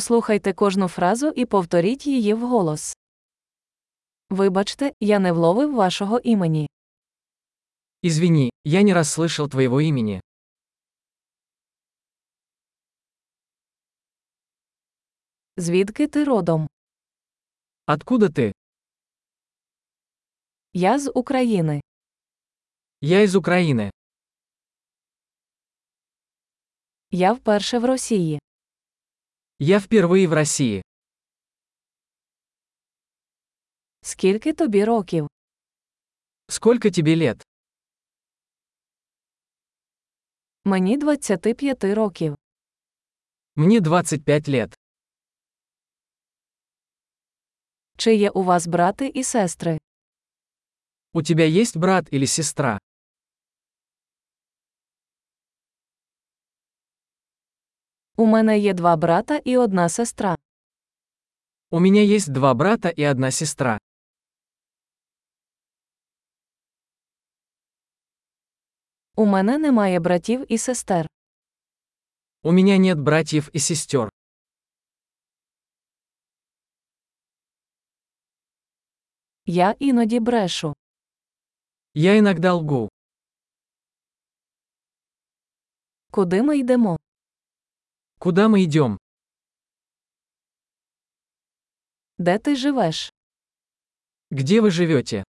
Послухайте кожну фразу і повторіть її вголос. Вибачте, я не вловив вашого імені. Извини, я не расслышал твоего имени. Звідки ти родом? Откуда ты? Я з України. Я из Украины. Я вперше в Росії. Я впервые в России. Скільки тобі років? Сколько тебе лет? Мені 25 років. Мне 25 лет. Чи є у вас брати і сестри? У тебя есть брат или сестра? У мене є два брата і одна сестра. У меня есть два брата и одна сестра. У мене немає братів і сестер. У меня нет братьев и сестер. Я іноді брешу. Я иногда лгу. Куди ми йдемо? Куда мы идем? Де ти живеш? Где вы живете?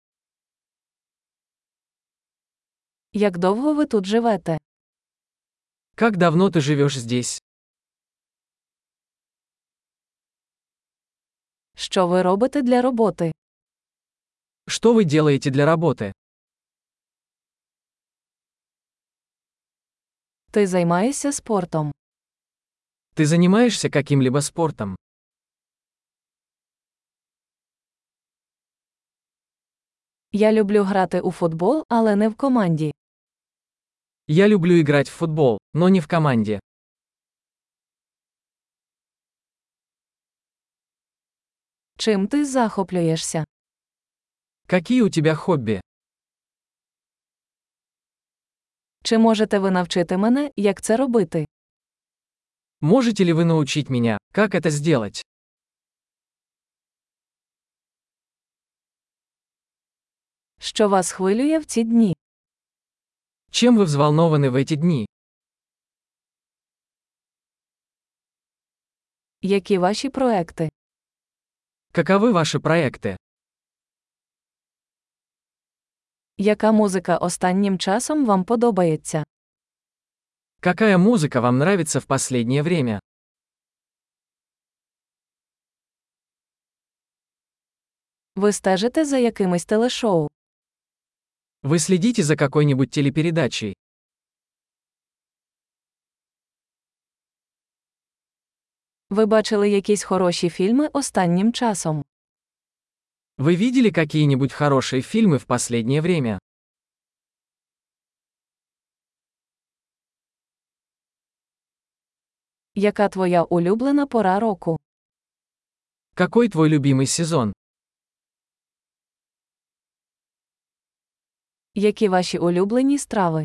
Як довго ви тут живете? Как давно ты живешь здесь? Що ви робите для роботи? Что вы делаете для работы? Ти займаєшся спортом. Ты занимаешься каким-либо спортом? Я люблю грати у футбол, але не в команді. Я люблю играть в футбол, но не в команде. Чим ти захоплюєшся? Какие у тебя хобби? Чи можете ви навчити мене, як це робити? Можете ли вы научить меня, как это сделать? Що вас хвилює в ці дні? Чем вы взволнованы в эти дни? Які ваші проекти? Каковы ваши проекты? Яка музика останнім часом вам подобається? Какая музыка вам нравится в последнее время? Ви стежите за якимись телешоу? Вы следите за какой-нибудь телепередачей? Ви бачили якісь хороші фільми останнім часом? Вы видели какие-нибудь хорошие фильмы в последнее время? Яка твоя улюблена пора року? Какой твой любимый сезон? Які ваші улюблені страви?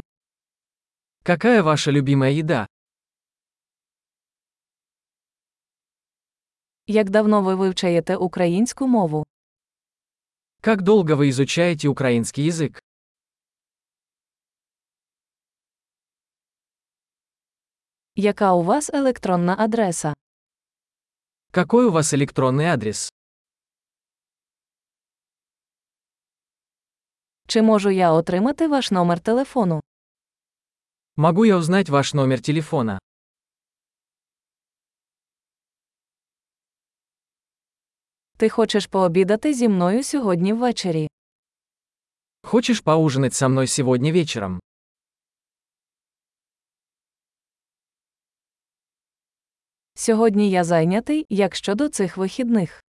Какая ваша любимая еда? Як давно ви вивчаєте українську мову? Как долго вы изучаете украинский язык? Яка у вас електронна адреса? Какой у вас электронный адрес? Чи можу я отримати ваш номер телефону? Могу я узнать ваш номер телефона? Ти хочеш пообідати зі мною сьогодні ввечері? Хочешь поужинать со мной сегодня вечером? Сьогодні я зайнятий, як щодо цих вихідних.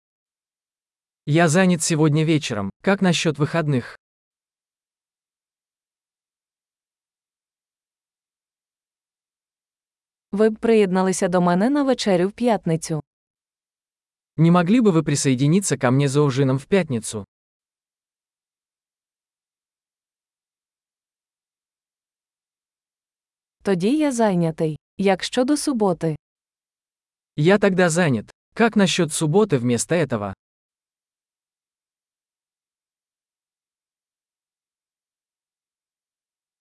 Я занят сегодня вечером. Как насчет выходных? Ви б приєдналися до мене на вечерю в п'ятницю. Не могли бы вы присоединиться ко мне за ужином в пятницу? Тоді я зайнятий. Як щодо суботи? Я тогда занят. Как насчет субботы вместо этого?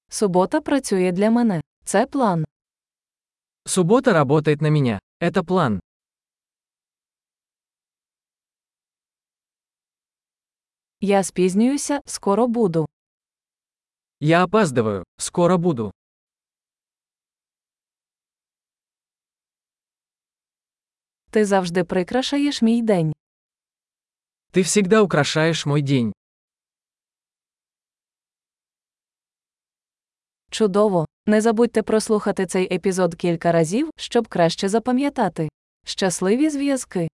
Субота працює для мене. Це план. Суббота работает на меня. Это план. Я спізнююся, скоро буду. Я опаздываю. Скоро буду. Ти завжди прикрашаєш мій день. Ты всегда украшаешь мой день. Чудово! Не забудьте прослухати цей епізод кілька разів, щоб краще запам'ятати. Щасливі зв'язки!